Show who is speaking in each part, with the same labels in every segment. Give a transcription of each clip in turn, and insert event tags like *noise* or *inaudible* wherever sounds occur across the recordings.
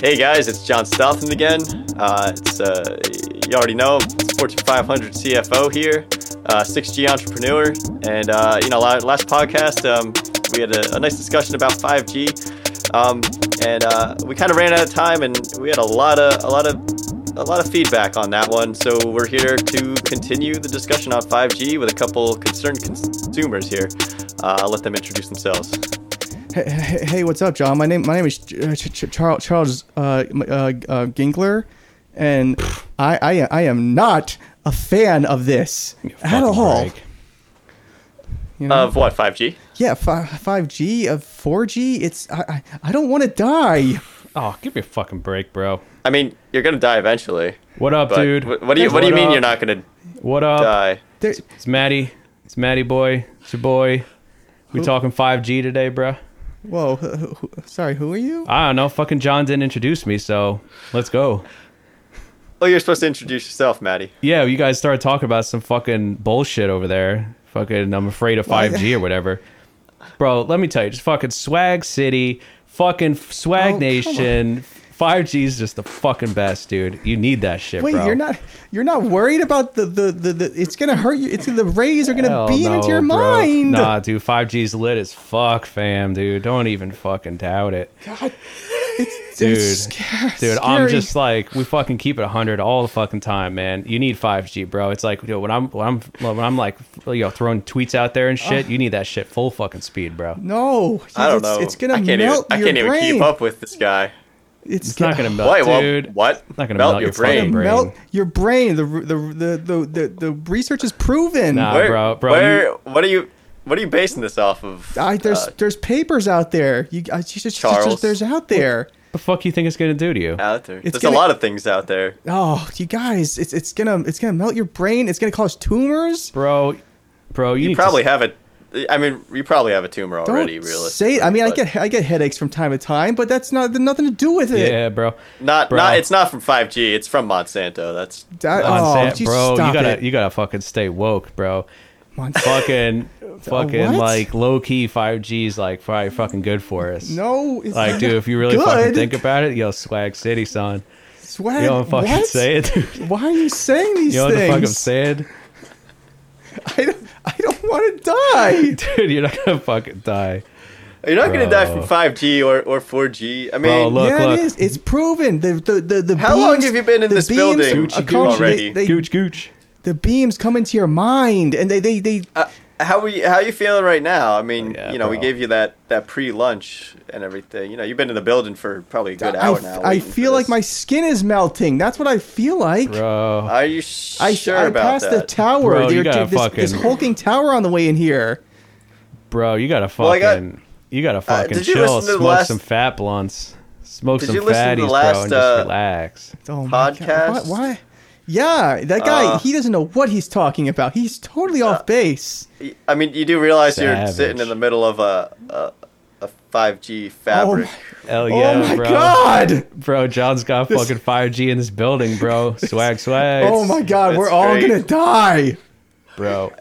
Speaker 1: Hey guys, it's John Stotham again. Uh, it's uh, you already know it's Fortune 500 CFO here, uh, 6G entrepreneur, and uh, you know la- last podcast um, we had a, a nice discussion about 5G, um, and uh, we kind of ran out of time, and we had a lot of a lot of a lot of feedback on that one. So we're here to continue the discussion on 5G with a couple concerned consumers here. Uh, I'll let them introduce themselves.
Speaker 2: Hey, hey, hey, what's up, John? My name, my name is uh, Ch- Ch- Charles Charles uh, m- uh, uh, Ginkler, and I, I, I am not a fan of this at all. You know?
Speaker 1: Of what 5G?
Speaker 2: yeah, five G of four G. It's I, I, I don't want to die.
Speaker 3: Oh, give me a fucking break, bro.
Speaker 1: I mean, you're gonna die eventually.
Speaker 3: What up,
Speaker 1: But
Speaker 3: dude?
Speaker 1: wh- What do you What do you mean
Speaker 3: up?
Speaker 1: you're not gonna
Speaker 3: What up?
Speaker 1: die?
Speaker 2: There,
Speaker 3: It's Maddie. It's Maddie boy. It's your boy. We talking 5G today, bro.
Speaker 2: whoa, who- who- sorry, who are you?
Speaker 3: I don't know. Fucking John didn't introduce me, so let's go.
Speaker 1: Oh, you're supposed to introduce yourself, Maddie.
Speaker 3: Yeah, you guys started talking about some fucking bullshit over there. Fucking, I'm afraid of 5G or whatever. Bro, let me tell you, just fucking Swag City, fucking Swag
Speaker 2: Oh, come
Speaker 3: Nation. 5G is just the fucking best, dude. You need that shit,
Speaker 2: Wait,
Speaker 3: bro.
Speaker 2: you're not you're not worried about the the, the, the it's gonna hurt you. It's the rays are gonna
Speaker 3: Hell
Speaker 2: beam
Speaker 3: no,
Speaker 2: into your
Speaker 3: bro.
Speaker 2: mind.
Speaker 3: Nah, dude, 5G's lit as fuck, fam, dude. Don't even fucking doubt it.
Speaker 2: God, it's,
Speaker 3: Dude.
Speaker 2: it's scar-
Speaker 3: Dude, I'm
Speaker 2: scary.
Speaker 3: just like we fucking keep it 100 all the fucking time, man. You need 5G, bro. It's like, you know, when I'm when I'm when I'm like, you know, throwing tweets out there and shit, you need that shit full fucking speed, bro.
Speaker 2: No,
Speaker 1: I don't
Speaker 2: it's,
Speaker 1: know.
Speaker 2: It's gonna
Speaker 1: I can't
Speaker 2: melt
Speaker 1: even,
Speaker 2: your
Speaker 1: I can't
Speaker 2: brain.
Speaker 1: even keep up with this guy.
Speaker 2: It's,
Speaker 3: It's not gonna melt,
Speaker 1: Wait, well,
Speaker 3: dude.
Speaker 1: what?
Speaker 3: Not gonna
Speaker 1: Melt
Speaker 3: melt
Speaker 1: your
Speaker 3: your
Speaker 1: brain.
Speaker 3: fucking brain.
Speaker 2: melt your brain. The the the the the, the research is proven.
Speaker 3: Nah.
Speaker 1: Where,
Speaker 3: bro, bro,
Speaker 1: where? What are you? What are you basing this off of?
Speaker 2: I, there's
Speaker 1: Uh,
Speaker 2: there's papers out there. You, I, you should,
Speaker 1: Charles.
Speaker 2: there's out there.
Speaker 3: The fuck you think it's gonna do to you?
Speaker 1: out there.
Speaker 2: It's
Speaker 1: There's
Speaker 2: gonna-
Speaker 1: a lot of things out there.
Speaker 2: Oh, you guys, it's it's gonna it's gonna melt your brain. It's gonna cause tumors.
Speaker 3: Bro, bro, you,
Speaker 1: You
Speaker 3: need
Speaker 1: probably
Speaker 3: to,
Speaker 1: have a. I mean, you probably have a tumor
Speaker 2: Don't
Speaker 1: already.
Speaker 2: say.
Speaker 1: Realistically,
Speaker 2: it. I mean, I
Speaker 1: but
Speaker 2: get I get headaches from time to time, but that's not nothing to do with it.
Speaker 3: Yeah, bro.
Speaker 1: not.
Speaker 3: bro.
Speaker 1: Not. It's not from 5G. It's from Monsanto. That's
Speaker 2: That-
Speaker 3: Come
Speaker 2: oh,
Speaker 3: on, Sam,
Speaker 2: geez,
Speaker 3: bro, you
Speaker 2: stop
Speaker 3: gotta
Speaker 2: it.
Speaker 3: you gotta fucking stay woke, bro.
Speaker 2: Come on. *laughs*
Speaker 3: Fucking fucking
Speaker 2: what?
Speaker 3: like low key 5G's like probably fucking good for us.
Speaker 2: no, it's
Speaker 3: Like,
Speaker 2: not
Speaker 3: dude, if you really
Speaker 2: good.
Speaker 3: fucking think about it, yo, Swag City, son.
Speaker 2: swag.
Speaker 3: You don't fucking
Speaker 2: what? *laughs*
Speaker 3: say it, dude.
Speaker 2: Why are you saying these
Speaker 3: You know what the
Speaker 2: things?
Speaker 3: fuck
Speaker 2: *laughs*
Speaker 3: I'm saying?
Speaker 2: I don't, I don't want to die.
Speaker 3: Dude, you're not gonna fucking die.
Speaker 1: you're not gonna die from
Speaker 3: Bro.
Speaker 1: 5G or, or 4G. I mean,
Speaker 3: Bro, *laughs* look,
Speaker 2: yeah,
Speaker 3: look.
Speaker 2: it is. It's proven. The the the, the
Speaker 1: How long
Speaker 2: beams-
Speaker 1: have you been in
Speaker 2: the
Speaker 1: this
Speaker 2: beams
Speaker 1: building,
Speaker 2: are
Speaker 1: Gucci
Speaker 2: coming-
Speaker 1: already?
Speaker 2: they- they-
Speaker 3: Gooch, gooch.
Speaker 2: the beams come into your mind, and they they they.
Speaker 1: Uh, how are you, how you feeling right now? I mean,
Speaker 3: Yeah,
Speaker 1: you know, we
Speaker 3: bro.
Speaker 1: gave you that, that pre lunch and everything. You know, you've been in the building for probably a good hour
Speaker 2: I,
Speaker 1: now.
Speaker 2: I
Speaker 1: waiting for
Speaker 2: feel like
Speaker 1: this.
Speaker 2: my skin is melting. That's what I feel like.
Speaker 3: Bro.
Speaker 1: Are you
Speaker 2: I,
Speaker 1: sure
Speaker 2: I
Speaker 1: about
Speaker 2: passed
Speaker 1: that?
Speaker 2: the tower.
Speaker 3: Bro, you
Speaker 2: There-
Speaker 3: gotta
Speaker 2: this, this
Speaker 3: fucking-
Speaker 2: hulking tower on the way in here.
Speaker 3: Bro, you gotta
Speaker 1: I
Speaker 3: fucking
Speaker 1: got- Uh,
Speaker 3: you gotta fucking
Speaker 1: did you
Speaker 3: chill,
Speaker 1: listen to the
Speaker 3: smoke
Speaker 1: last-
Speaker 3: some fat blunts. Smoke
Speaker 1: Did
Speaker 3: some
Speaker 1: you listen to
Speaker 3: fatties,
Speaker 1: the
Speaker 3: bro,
Speaker 1: last,
Speaker 3: and
Speaker 1: uh,
Speaker 3: just relax.
Speaker 2: Oh my God.
Speaker 1: Podcast?
Speaker 2: Why? why? Yeah, that guy.
Speaker 1: Uh.
Speaker 2: he doesn't know what he's talking about. He's totally off base.
Speaker 1: I mean, you do realize you're
Speaker 3: Savage.
Speaker 1: sitting in the middle of a a, a 5G fabric.
Speaker 3: Hell
Speaker 2: Oh my,
Speaker 3: yeah,
Speaker 2: oh my
Speaker 3: bro.
Speaker 2: God.
Speaker 3: Bro, John's got fucking 5G in this
Speaker 2: *laughs*
Speaker 3: building, bro. Swag, swag.
Speaker 2: Oh my God.
Speaker 1: it's
Speaker 2: We're all
Speaker 1: great.
Speaker 2: gonna die.
Speaker 3: bro.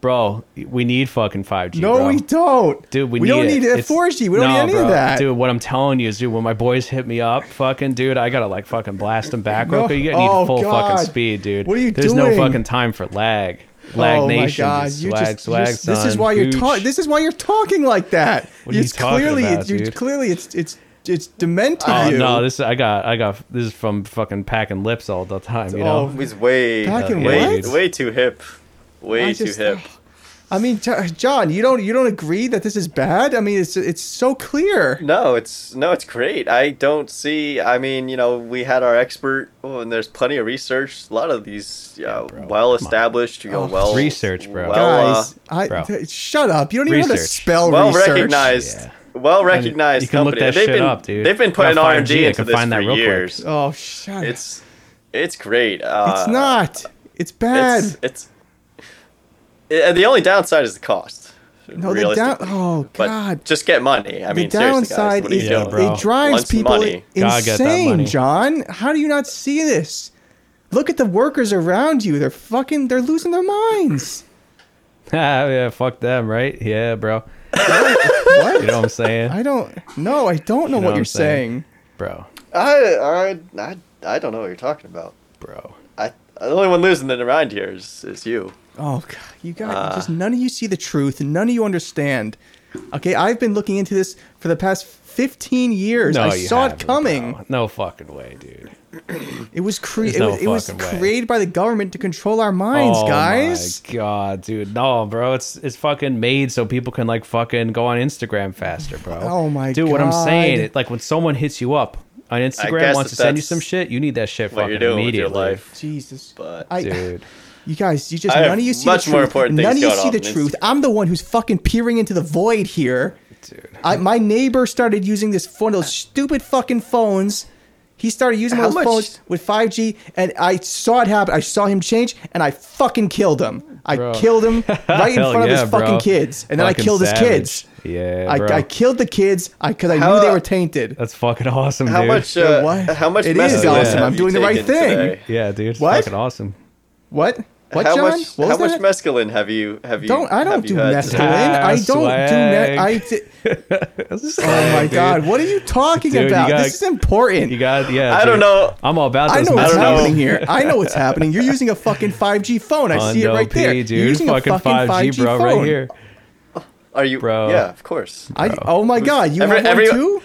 Speaker 3: Bro, we need fucking 5G.
Speaker 2: Uh, No,
Speaker 3: bro.
Speaker 2: we don't.
Speaker 3: Dude, we,
Speaker 2: don't
Speaker 3: it.
Speaker 2: need a
Speaker 3: It's-
Speaker 2: 4G. We don't
Speaker 3: No,
Speaker 2: need any
Speaker 3: bro.
Speaker 2: of that.
Speaker 3: Dude, what I'm telling you is, dude, when my boys hit me up, fucking dude, I gotta like fucking blast them back real
Speaker 2: No.
Speaker 3: quick. You need
Speaker 2: Oh,
Speaker 3: full
Speaker 2: God.
Speaker 3: fucking speed, dude.
Speaker 2: What are you
Speaker 3: There's
Speaker 2: doing?
Speaker 3: no fucking time for lag. Lag
Speaker 2: oh
Speaker 3: nation.
Speaker 2: my god!
Speaker 3: dude.
Speaker 2: you
Speaker 3: swag,
Speaker 2: just,
Speaker 3: swag,
Speaker 2: you just- this is
Speaker 3: son.
Speaker 2: why you're
Speaker 3: Gooch.
Speaker 2: talking. This is why you're talking like that.
Speaker 3: What are you
Speaker 2: it's
Speaker 3: talking
Speaker 2: clearly,
Speaker 3: about,
Speaker 2: it's, you-
Speaker 3: dude?
Speaker 2: clearly, it's it's it's demented.
Speaker 3: Oh
Speaker 2: you.
Speaker 3: no, this I got, I got this is from fucking packing lips all the time, you know.
Speaker 2: Oh,
Speaker 1: He's way
Speaker 2: Back in
Speaker 1: way
Speaker 2: what?
Speaker 1: way too hip. Way
Speaker 2: I
Speaker 1: too
Speaker 2: just-
Speaker 1: hip.
Speaker 2: I mean, Jo- John, you don't you don't agree that this is bad? I mean, it's it's so clear.
Speaker 1: No, it's no, it's great. I don't see. I mean, you know, we had our expert, oh, and there's plenty of research. A lot of these uh,
Speaker 3: bro.
Speaker 1: well-established, you know,
Speaker 2: Oh.
Speaker 1: well
Speaker 3: Research, bro.
Speaker 1: Well, uh,
Speaker 2: Guys, I
Speaker 3: bro.
Speaker 2: th- shut up. You don't even know how to
Speaker 3: Research.
Speaker 2: spell
Speaker 1: well
Speaker 2: research.
Speaker 1: recognized,
Speaker 3: Yeah.
Speaker 1: well recognized
Speaker 3: You can look
Speaker 1: company.
Speaker 3: that
Speaker 1: they've
Speaker 3: shit
Speaker 1: been
Speaker 3: up, dude.
Speaker 1: they've been
Speaker 3: If you got
Speaker 1: putting R and
Speaker 3: 5G,
Speaker 1: D
Speaker 3: I
Speaker 1: into
Speaker 3: can
Speaker 1: this
Speaker 3: find
Speaker 1: for
Speaker 3: that real quick.
Speaker 1: years.
Speaker 2: Oh, shut up.
Speaker 1: It's it's great. Uh,
Speaker 2: It's not. It's bad.
Speaker 1: It's, it's it- and the only downside is the cost.
Speaker 2: no, the down.
Speaker 1: realistically.
Speaker 2: Oh
Speaker 1: But
Speaker 2: god.
Speaker 1: just get money. I mean,
Speaker 2: the
Speaker 1: seriously, guys,
Speaker 2: downside
Speaker 1: what are you
Speaker 2: is
Speaker 3: Yeah,
Speaker 1: doing?
Speaker 3: bro.
Speaker 2: it drives
Speaker 1: Wants
Speaker 2: people
Speaker 1: money.
Speaker 3: Gotta get that
Speaker 2: insane.
Speaker 3: money.
Speaker 2: John, how do you not see this? Look at the workers around you. They're
Speaker 1: *laughs*
Speaker 2: fucking. They're losing their minds.
Speaker 3: *laughs* Ah, yeah, fuck them, right? Yeah, bro.
Speaker 2: What?
Speaker 3: You know what I'm saying,
Speaker 2: *laughs* I don't. No, I don't know,
Speaker 3: know
Speaker 2: what
Speaker 3: what
Speaker 2: you're
Speaker 3: I'm saying.
Speaker 2: saying.
Speaker 3: bro?
Speaker 1: I, I, I, I don't know what you're talking about.
Speaker 3: Bro,
Speaker 1: I, the only one losing it around here is, is you.
Speaker 2: Oh god, you guys!
Speaker 1: Uh.
Speaker 2: just none of you see the truth. None of you understand. Okay, I've been looking into this for the past 15 years.
Speaker 3: no,
Speaker 2: I
Speaker 3: you
Speaker 2: saw it
Speaker 3: haven't,
Speaker 2: coming.
Speaker 3: bro. No fucking way, dude.
Speaker 2: It was cre-
Speaker 3: There's
Speaker 2: it,
Speaker 3: no
Speaker 2: was- it was
Speaker 3: fucking way.
Speaker 2: created by the government to control our minds,
Speaker 3: oh
Speaker 2: guys.
Speaker 3: my god, dude. No, bro. It's it's fucking made so people can like fucking go on Instagram faster, bro.
Speaker 2: Oh my
Speaker 3: Dude, what I'm saying,
Speaker 2: God.
Speaker 3: it, like when someone hits you up on Instagram
Speaker 1: guess
Speaker 3: wants
Speaker 1: that
Speaker 3: to send you
Speaker 1: that's
Speaker 3: some shit, you need that shit
Speaker 1: What
Speaker 3: fucking
Speaker 1: you're doing with your
Speaker 3: immediately.
Speaker 1: life,
Speaker 2: Jesus,
Speaker 1: but
Speaker 2: I,
Speaker 3: Dude.
Speaker 2: you guys, you just
Speaker 1: I have
Speaker 2: none of you see
Speaker 1: much
Speaker 2: the
Speaker 1: more
Speaker 2: truth.
Speaker 1: important
Speaker 2: none
Speaker 1: things
Speaker 2: of you
Speaker 1: going
Speaker 2: see
Speaker 1: on
Speaker 2: the
Speaker 1: than
Speaker 2: truth. I'm the one who's fucking peering into the void here.
Speaker 3: Dude.
Speaker 2: I, my neighbor started using this phone, those stupid fucking phones. He started using
Speaker 1: How
Speaker 2: those
Speaker 1: much-
Speaker 2: phones with 5G, and I saw it happen. I saw him change, and I fucking killed him. I
Speaker 3: Bro.
Speaker 2: killed
Speaker 3: *laughs*
Speaker 2: him *laughs* right in
Speaker 3: Hell
Speaker 2: front of
Speaker 3: yeah,
Speaker 2: his fucking
Speaker 3: bro.
Speaker 2: kids, and then
Speaker 3: Fucking
Speaker 2: I killed
Speaker 3: savage.
Speaker 2: his kids.
Speaker 3: Yeah,
Speaker 2: I,
Speaker 3: bro.
Speaker 2: I killed the kids because I,
Speaker 1: How-
Speaker 2: knew they were tainted.
Speaker 3: That's fucking awesome,
Speaker 1: how
Speaker 3: dude.
Speaker 1: much, uh,
Speaker 2: what?
Speaker 1: how much?
Speaker 2: It
Speaker 1: message
Speaker 2: is
Speaker 1: have
Speaker 3: awesome. I'm
Speaker 1: you
Speaker 2: doing the right
Speaker 1: taken
Speaker 2: thing.
Speaker 1: today?
Speaker 3: Yeah, dude. It's
Speaker 2: What?
Speaker 3: fucking awesome.
Speaker 2: What? What,
Speaker 1: how
Speaker 2: John?
Speaker 1: much?
Speaker 2: what
Speaker 1: how
Speaker 2: was
Speaker 1: much
Speaker 2: that?
Speaker 1: mescaline have you have you?
Speaker 2: don't I
Speaker 1: have
Speaker 2: don't do
Speaker 1: you had *laughs*
Speaker 2: mescaline.
Speaker 1: today?
Speaker 2: I don't do
Speaker 3: Swag.
Speaker 2: ne- I di- Oh
Speaker 3: oh
Speaker 2: my god, what are you talking
Speaker 3: Dude, you
Speaker 2: about?
Speaker 3: gotta-
Speaker 2: this is important.
Speaker 3: You got yeah.
Speaker 1: I don't
Speaker 3: dude.
Speaker 1: know.
Speaker 3: I'm all about
Speaker 2: I
Speaker 3: *laughs* this.
Speaker 2: know what's
Speaker 1: don't
Speaker 3: message.
Speaker 1: know.
Speaker 2: happening here. I know
Speaker 3: *laughs*
Speaker 2: what's happening. You're using a fucking 5G phone. I see it
Speaker 3: Undo
Speaker 2: right
Speaker 3: P,
Speaker 2: there.
Speaker 3: dude.
Speaker 2: You're using
Speaker 3: fucking
Speaker 2: a fucking 5G,
Speaker 3: bro,
Speaker 2: phone.
Speaker 3: right here.
Speaker 1: Are you,
Speaker 3: Bro.
Speaker 1: Yeah, of course.
Speaker 2: I, oh my god, you
Speaker 1: Every-
Speaker 2: have one
Speaker 1: every-
Speaker 2: too?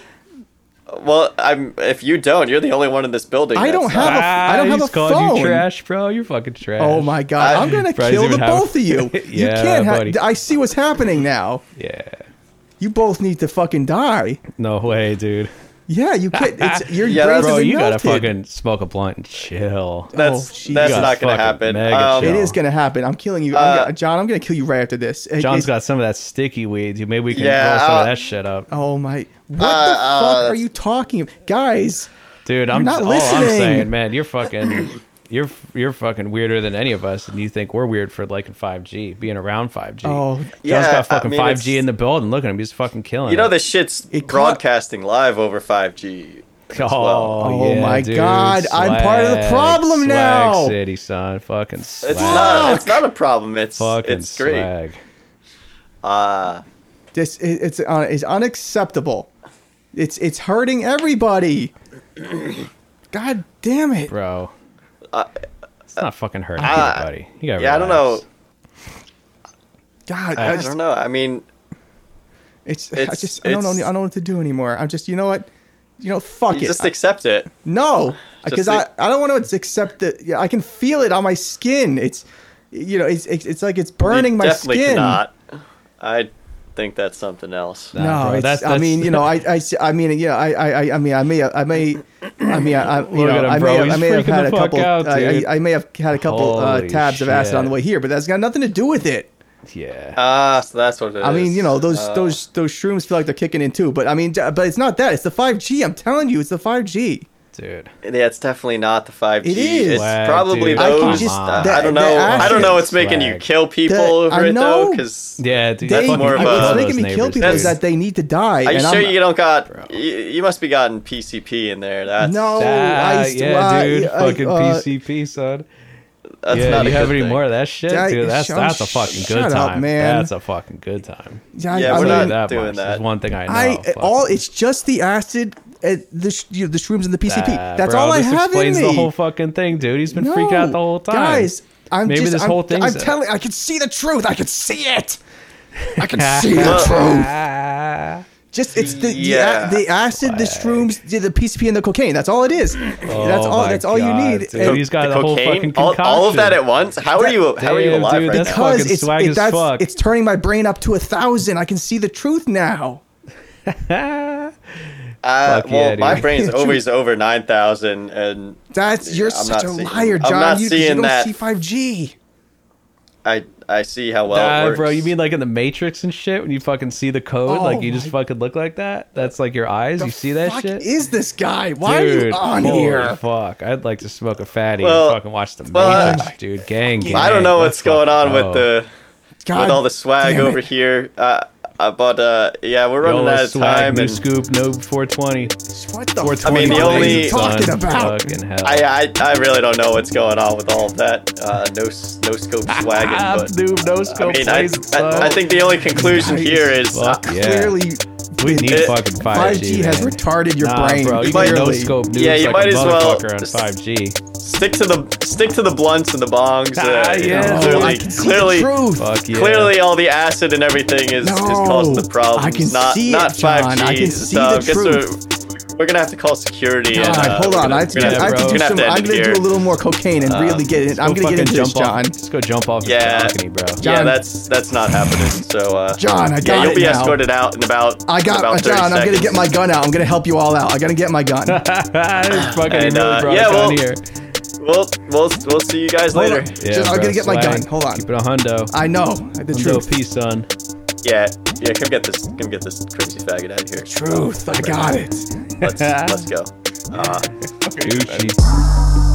Speaker 1: well, I'm. If you don't, you're the only one in this building.
Speaker 2: I
Speaker 1: that's
Speaker 2: don't
Speaker 1: not-
Speaker 2: have a- I don't
Speaker 3: Ah,
Speaker 2: have
Speaker 3: he's
Speaker 2: a
Speaker 3: called
Speaker 2: phone.
Speaker 3: You trash, bro. You're fucking trash.
Speaker 2: Oh my god,
Speaker 1: I-
Speaker 2: I'm gonna
Speaker 3: Bro, he's
Speaker 2: kill the
Speaker 3: even have-
Speaker 2: both of
Speaker 3: *laughs*
Speaker 2: you. you
Speaker 3: Yeah,
Speaker 2: can't
Speaker 3: buddy.
Speaker 2: have. I see what's happening now.
Speaker 3: Yeah.
Speaker 2: You both need to fucking die.
Speaker 3: No way, dude.
Speaker 2: Yeah, you can't.
Speaker 3: *laughs*
Speaker 2: It's, your
Speaker 1: Yeah, that's-
Speaker 2: brains have
Speaker 3: Bro,
Speaker 2: been
Speaker 3: you gotta
Speaker 2: melted.
Speaker 3: fucking smoke a blunt and chill.
Speaker 1: That's
Speaker 2: Oh,
Speaker 1: that's
Speaker 2: Jesus.
Speaker 1: not gonna
Speaker 3: Fucking
Speaker 1: happen.
Speaker 3: mega
Speaker 1: Um,
Speaker 3: chill.
Speaker 2: It is gonna happen. I'm killing you,
Speaker 1: Uh,
Speaker 2: I'm gonna, John. I'm gonna kill you right after this. It-
Speaker 3: John's
Speaker 2: it-
Speaker 3: got some of that sticky weed, dude. Maybe we can
Speaker 1: Yeah,
Speaker 3: roll some
Speaker 1: uh,
Speaker 3: of that shit up.
Speaker 2: Oh my! What
Speaker 1: Uh,
Speaker 2: the
Speaker 1: uh,
Speaker 2: fuck are
Speaker 1: that's-
Speaker 2: you talking, about? guys?
Speaker 3: Dude, I'm
Speaker 2: not
Speaker 3: just, all I'm
Speaker 2: listening.
Speaker 3: saying, man, you're fucking you're you're fucking weirder than any of us and you think we're weird for liking 5G, being around 5G.
Speaker 2: Oh,
Speaker 3: John's
Speaker 1: Yeah, I
Speaker 3: got fucking
Speaker 1: mean,
Speaker 3: 5G
Speaker 1: it's-
Speaker 3: in the building. Look at him, he's fucking killing.
Speaker 1: You know
Speaker 3: it.
Speaker 1: this shit's
Speaker 2: It come up-
Speaker 1: broadcasting live over 5G. as
Speaker 3: Oh,
Speaker 1: well.
Speaker 2: Oh
Speaker 3: yeah,
Speaker 2: my
Speaker 3: dude.
Speaker 2: God, I'm part of the
Speaker 3: Swag,
Speaker 2: problem
Speaker 3: swag
Speaker 2: now.
Speaker 3: City, son, fucking swag.
Speaker 1: It's not. It's not a problem. It's
Speaker 3: fucking
Speaker 1: it's great.
Speaker 3: swag.
Speaker 1: Uh,
Speaker 2: This it, it's un, it's unacceptable. It's it's hurting everybody. God damn it!
Speaker 3: bro. it's not fucking hurting
Speaker 1: uh,
Speaker 3: anybody. You gotta
Speaker 1: yeah, I don't know.
Speaker 3: relax.
Speaker 2: God,
Speaker 1: I
Speaker 2: I, just,
Speaker 1: don't know. I mean,
Speaker 2: it's, I
Speaker 1: It's-
Speaker 2: just I don't know I
Speaker 1: it's-
Speaker 2: don't know what to do anymore. I'm just you know what, you know fuck
Speaker 1: you
Speaker 2: it.
Speaker 1: just accept it.
Speaker 2: No,
Speaker 1: Just
Speaker 2: because I,
Speaker 1: the-
Speaker 2: I don't want to accept that. Yeah, I can feel it on my skin. It's, you know, it's it's, it's like it's burning
Speaker 1: you
Speaker 2: my
Speaker 1: definitely
Speaker 2: skin.
Speaker 1: cannot. I think that's something else.
Speaker 2: No,
Speaker 3: Nah, bro,
Speaker 2: it's,
Speaker 3: that's-
Speaker 2: I mean,
Speaker 3: that's-
Speaker 2: you know, I,
Speaker 3: *laughs*
Speaker 2: I, I mean, yeah, I, I, I- I mean, I may, I may, I mean, I, I- you
Speaker 3: Look
Speaker 2: know,
Speaker 3: at him,
Speaker 2: I
Speaker 3: bro.
Speaker 2: may, have, I
Speaker 3: He's
Speaker 2: may have
Speaker 3: freaking
Speaker 2: had
Speaker 3: the
Speaker 2: a
Speaker 3: fuck
Speaker 2: couple,
Speaker 3: out,
Speaker 2: I,
Speaker 3: dude.
Speaker 2: I, I may have had a couple uh,
Speaker 3: Holy
Speaker 2: tabs of acid on the
Speaker 3: shit.
Speaker 2: way here, but that's got nothing to do with it.
Speaker 3: Yeah.
Speaker 2: Uh,
Speaker 1: Ah, so that's what it is.
Speaker 2: I mean, you know, those,
Speaker 1: Uh,
Speaker 2: those, those shrooms feel like they're kicking in too. But I mean, j- but it's not that. It's the five G. I'm telling you, it's the five G.
Speaker 3: dude.
Speaker 1: Yeah, it's definitely not the five G.
Speaker 2: It is.
Speaker 1: It's
Speaker 3: Swag,
Speaker 1: probably
Speaker 3: dude.
Speaker 2: I can
Speaker 1: those.
Speaker 2: just-
Speaker 1: uh,
Speaker 2: that-
Speaker 1: I don't
Speaker 2: that
Speaker 1: know. I don't know what's
Speaker 3: acid-
Speaker 1: making you
Speaker 3: Swag.
Speaker 1: kill people
Speaker 2: That-
Speaker 1: over
Speaker 2: I
Speaker 1: it though,
Speaker 2: know.
Speaker 1: because
Speaker 3: Yeah, dude.
Speaker 2: They,
Speaker 1: That's
Speaker 3: fucking
Speaker 1: more of
Speaker 2: I-
Speaker 1: a-
Speaker 3: kill
Speaker 2: what's
Speaker 1: Those
Speaker 2: making me
Speaker 3: those
Speaker 2: kill
Speaker 3: neighbors,
Speaker 2: people
Speaker 3: dude.
Speaker 2: is that they need to die.
Speaker 1: Are you
Speaker 2: and
Speaker 1: sure
Speaker 2: I'm,
Speaker 1: you don't got? You, you must be gotten PCP in there. That's
Speaker 2: No.
Speaker 3: Ah,
Speaker 2: I used to-
Speaker 3: yeah,
Speaker 2: I-
Speaker 3: dude.
Speaker 2: I-
Speaker 3: fucking
Speaker 2: uh,
Speaker 3: PCP, son.
Speaker 1: That's
Speaker 3: yeah,
Speaker 1: not
Speaker 3: you
Speaker 1: a
Speaker 3: have
Speaker 1: good
Speaker 3: any
Speaker 1: thing.
Speaker 3: more of that shit,
Speaker 2: Guy-
Speaker 3: dude? That's
Speaker 2: sh-
Speaker 3: that's a
Speaker 2: sh-
Speaker 3: fucking good
Speaker 2: shut up,
Speaker 3: time,
Speaker 2: man.
Speaker 3: That's a fucking good time.
Speaker 2: I-
Speaker 1: Yeah,
Speaker 2: I
Speaker 1: we're
Speaker 3: Tell
Speaker 2: mean-
Speaker 3: you
Speaker 1: not
Speaker 3: that
Speaker 1: doing
Speaker 3: much.
Speaker 1: that.
Speaker 3: There's one thing I know.
Speaker 2: I
Speaker 3: fucking-
Speaker 2: all it's just the acid, uh, the sh- you know, the shrooms and the PCP.
Speaker 3: Ah,
Speaker 2: That's
Speaker 3: bro,
Speaker 2: all I
Speaker 3: this
Speaker 2: have in
Speaker 3: explains
Speaker 2: me.
Speaker 3: the whole fucking thing, dude. He's been
Speaker 2: no,
Speaker 3: freaking out the whole time,
Speaker 2: guys. I'm
Speaker 3: Maybe
Speaker 2: just,
Speaker 3: this
Speaker 2: I'm,
Speaker 3: whole thing's
Speaker 2: I'm
Speaker 3: a- *laughs*
Speaker 2: telling. I can see the truth. I can see it. I can see
Speaker 3: *laughs*
Speaker 2: the truth.
Speaker 3: Ah.
Speaker 2: Just it's the
Speaker 1: Yeah.
Speaker 2: the, a- the acid, the shrooms, the, the PCP, and the cocaine. That's all it is. that's
Speaker 3: Oh
Speaker 2: all.
Speaker 3: my
Speaker 2: That's all you
Speaker 3: God,
Speaker 2: need.
Speaker 3: dude.
Speaker 2: And-
Speaker 3: He's got
Speaker 1: The
Speaker 3: the whole
Speaker 1: cocaine,
Speaker 3: fucking
Speaker 1: all, all of that
Speaker 3: concoction.
Speaker 1: at once. How are you? How are you
Speaker 3: Damn,
Speaker 1: alive
Speaker 3: dude,
Speaker 1: right
Speaker 3: that's
Speaker 1: now?
Speaker 3: fucking
Speaker 2: because it's
Speaker 3: swag
Speaker 2: it-
Speaker 3: as
Speaker 2: that's-
Speaker 3: fuck.
Speaker 2: it's turning my brain up to a thousand. I can see the truth now.
Speaker 1: Uh,
Speaker 3: Fuck yeah,
Speaker 1: well,
Speaker 3: dude.
Speaker 1: my
Speaker 2: *laughs*
Speaker 1: brain's always over nine thousand, and
Speaker 2: That's you're
Speaker 1: I'm
Speaker 2: such
Speaker 1: not
Speaker 2: a
Speaker 1: seeing-
Speaker 2: liar,
Speaker 1: I'm
Speaker 2: John.
Speaker 1: not
Speaker 2: you, 'cause
Speaker 1: seeing
Speaker 2: you don't
Speaker 1: that.
Speaker 2: see five G.
Speaker 1: I I see how well it
Speaker 3: Ah,
Speaker 1: works.
Speaker 3: bro, you mean like in the Matrix and shit when you fucking see the code,
Speaker 2: Oh
Speaker 3: like you just
Speaker 2: my-
Speaker 3: fucking look like that? That's like your eyes. You see that
Speaker 2: fuck
Speaker 3: shit?
Speaker 2: Is this guy? Why are you
Speaker 3: Dude,
Speaker 2: on
Speaker 3: holy
Speaker 2: here?
Speaker 3: Fuck, I'd like to smoke a fatty
Speaker 1: Well,
Speaker 3: and fucking watch the
Speaker 1: well, I-
Speaker 3: Matrix, dude. Gang, gang.
Speaker 1: I don't know
Speaker 3: let's
Speaker 1: what's going
Speaker 3: fucking
Speaker 1: on
Speaker 3: go.
Speaker 1: with the
Speaker 2: God
Speaker 1: with all the swag
Speaker 2: damn
Speaker 1: over
Speaker 2: it.
Speaker 1: here. Uh, Uh, but uh, yeah, we're running
Speaker 3: YOLO
Speaker 1: out of
Speaker 3: swag,
Speaker 1: time.
Speaker 3: new
Speaker 1: And
Speaker 3: scoop, noob 420.
Speaker 2: What the
Speaker 3: 420
Speaker 2: fuck
Speaker 1: mean, the
Speaker 2: are
Speaker 1: only-
Speaker 2: you talking
Speaker 3: son,
Speaker 2: about?
Speaker 3: Fucking hell.
Speaker 1: I, I I really don't know what's going on with all of that. Uh, no s- no
Speaker 3: *laughs*
Speaker 1: scope swagging.
Speaker 3: Ah,
Speaker 1: But
Speaker 3: noob, no scope.
Speaker 1: I mean, I,
Speaker 3: plays,
Speaker 1: I, I
Speaker 3: son.
Speaker 1: think the only conclusion
Speaker 2: Nice.
Speaker 1: here is uh,
Speaker 3: Fuck yeah.
Speaker 2: Clearly,
Speaker 3: we need
Speaker 1: it-
Speaker 3: fucking 5G.
Speaker 2: 5G has
Speaker 3: man.
Speaker 2: retarded your
Speaker 3: Nah,
Speaker 2: brain.
Speaker 3: Bro, you
Speaker 1: might-
Speaker 3: can no
Speaker 2: clearly.
Speaker 3: scope
Speaker 1: Yeah,
Speaker 3: noobs
Speaker 1: you
Speaker 3: like
Speaker 1: might
Speaker 3: a
Speaker 1: as well
Speaker 3: motherfucker on
Speaker 1: just-
Speaker 3: 5G.
Speaker 1: uh, stick to the stick to the blunts and the bongs. Uh,
Speaker 3: Ah,
Speaker 1: you know,
Speaker 3: yeah.
Speaker 2: No, Oh, I
Speaker 1: clearly,
Speaker 2: can see
Speaker 1: clearly,
Speaker 2: the truth.
Speaker 3: Fuck yeah.
Speaker 1: clearly, all the acid and everything is, is causing
Speaker 2: No,
Speaker 1: the problem.
Speaker 2: I can
Speaker 1: not
Speaker 2: see it,
Speaker 1: not
Speaker 2: John.
Speaker 1: 5G.
Speaker 2: I can see
Speaker 1: so
Speaker 2: the
Speaker 1: I guess We're, we're gonna have to call security. and,
Speaker 2: God,
Speaker 1: uh,
Speaker 2: hold
Speaker 1: we're
Speaker 2: on.
Speaker 1: gonna-
Speaker 2: I have
Speaker 1: we're
Speaker 2: to,
Speaker 1: gonna
Speaker 2: do- I
Speaker 1: have to- we're
Speaker 2: have to
Speaker 3: bro.
Speaker 2: do
Speaker 1: gonna have
Speaker 2: some.
Speaker 1: to
Speaker 2: I'm
Speaker 1: end it
Speaker 2: gonna
Speaker 1: here.
Speaker 2: do a little more cocaine
Speaker 1: Uh,
Speaker 2: and really get it. I'm gonna
Speaker 3: Go
Speaker 2: get
Speaker 3: fucking
Speaker 2: into this,
Speaker 3: jump
Speaker 2: John.
Speaker 3: off- Just go jump off
Speaker 1: Yeah.
Speaker 3: the balcony,
Speaker 1: *laughs*
Speaker 3: bro.
Speaker 1: Yeah,
Speaker 2: John.
Speaker 1: that's that's not happening. So, uh,
Speaker 2: John, I
Speaker 1: yeah,
Speaker 2: got
Speaker 1: you'll
Speaker 2: it
Speaker 1: be
Speaker 2: now.
Speaker 1: escorted out in about.
Speaker 2: I got
Speaker 1: about
Speaker 2: uh,
Speaker 1: 30
Speaker 2: John. I'm gonna
Speaker 1: seconds.
Speaker 2: get my gun out. I'm gonna help you all out. I gotta get my
Speaker 3: *laughs*
Speaker 2: gun.
Speaker 3: fucking
Speaker 1: And,
Speaker 3: really
Speaker 1: uh,
Speaker 3: brought
Speaker 1: yeah,
Speaker 3: it
Speaker 1: well,
Speaker 3: down here.
Speaker 1: We'll we'll we'll see you guys
Speaker 2: Hold
Speaker 1: later.
Speaker 2: on. Just- I'm
Speaker 3: bro,
Speaker 2: gonna get my
Speaker 3: swag.
Speaker 2: gun. Hold on.
Speaker 3: Keep it a hundo.
Speaker 2: I know the
Speaker 3: Hundo
Speaker 2: truth.
Speaker 3: P, son.
Speaker 1: Yeah, yeah. Come get this. Come get this crazy faggot out of here.
Speaker 2: *laughs* Truth. I got it.
Speaker 1: Let's let's go. Uh,
Speaker 3: Gucci.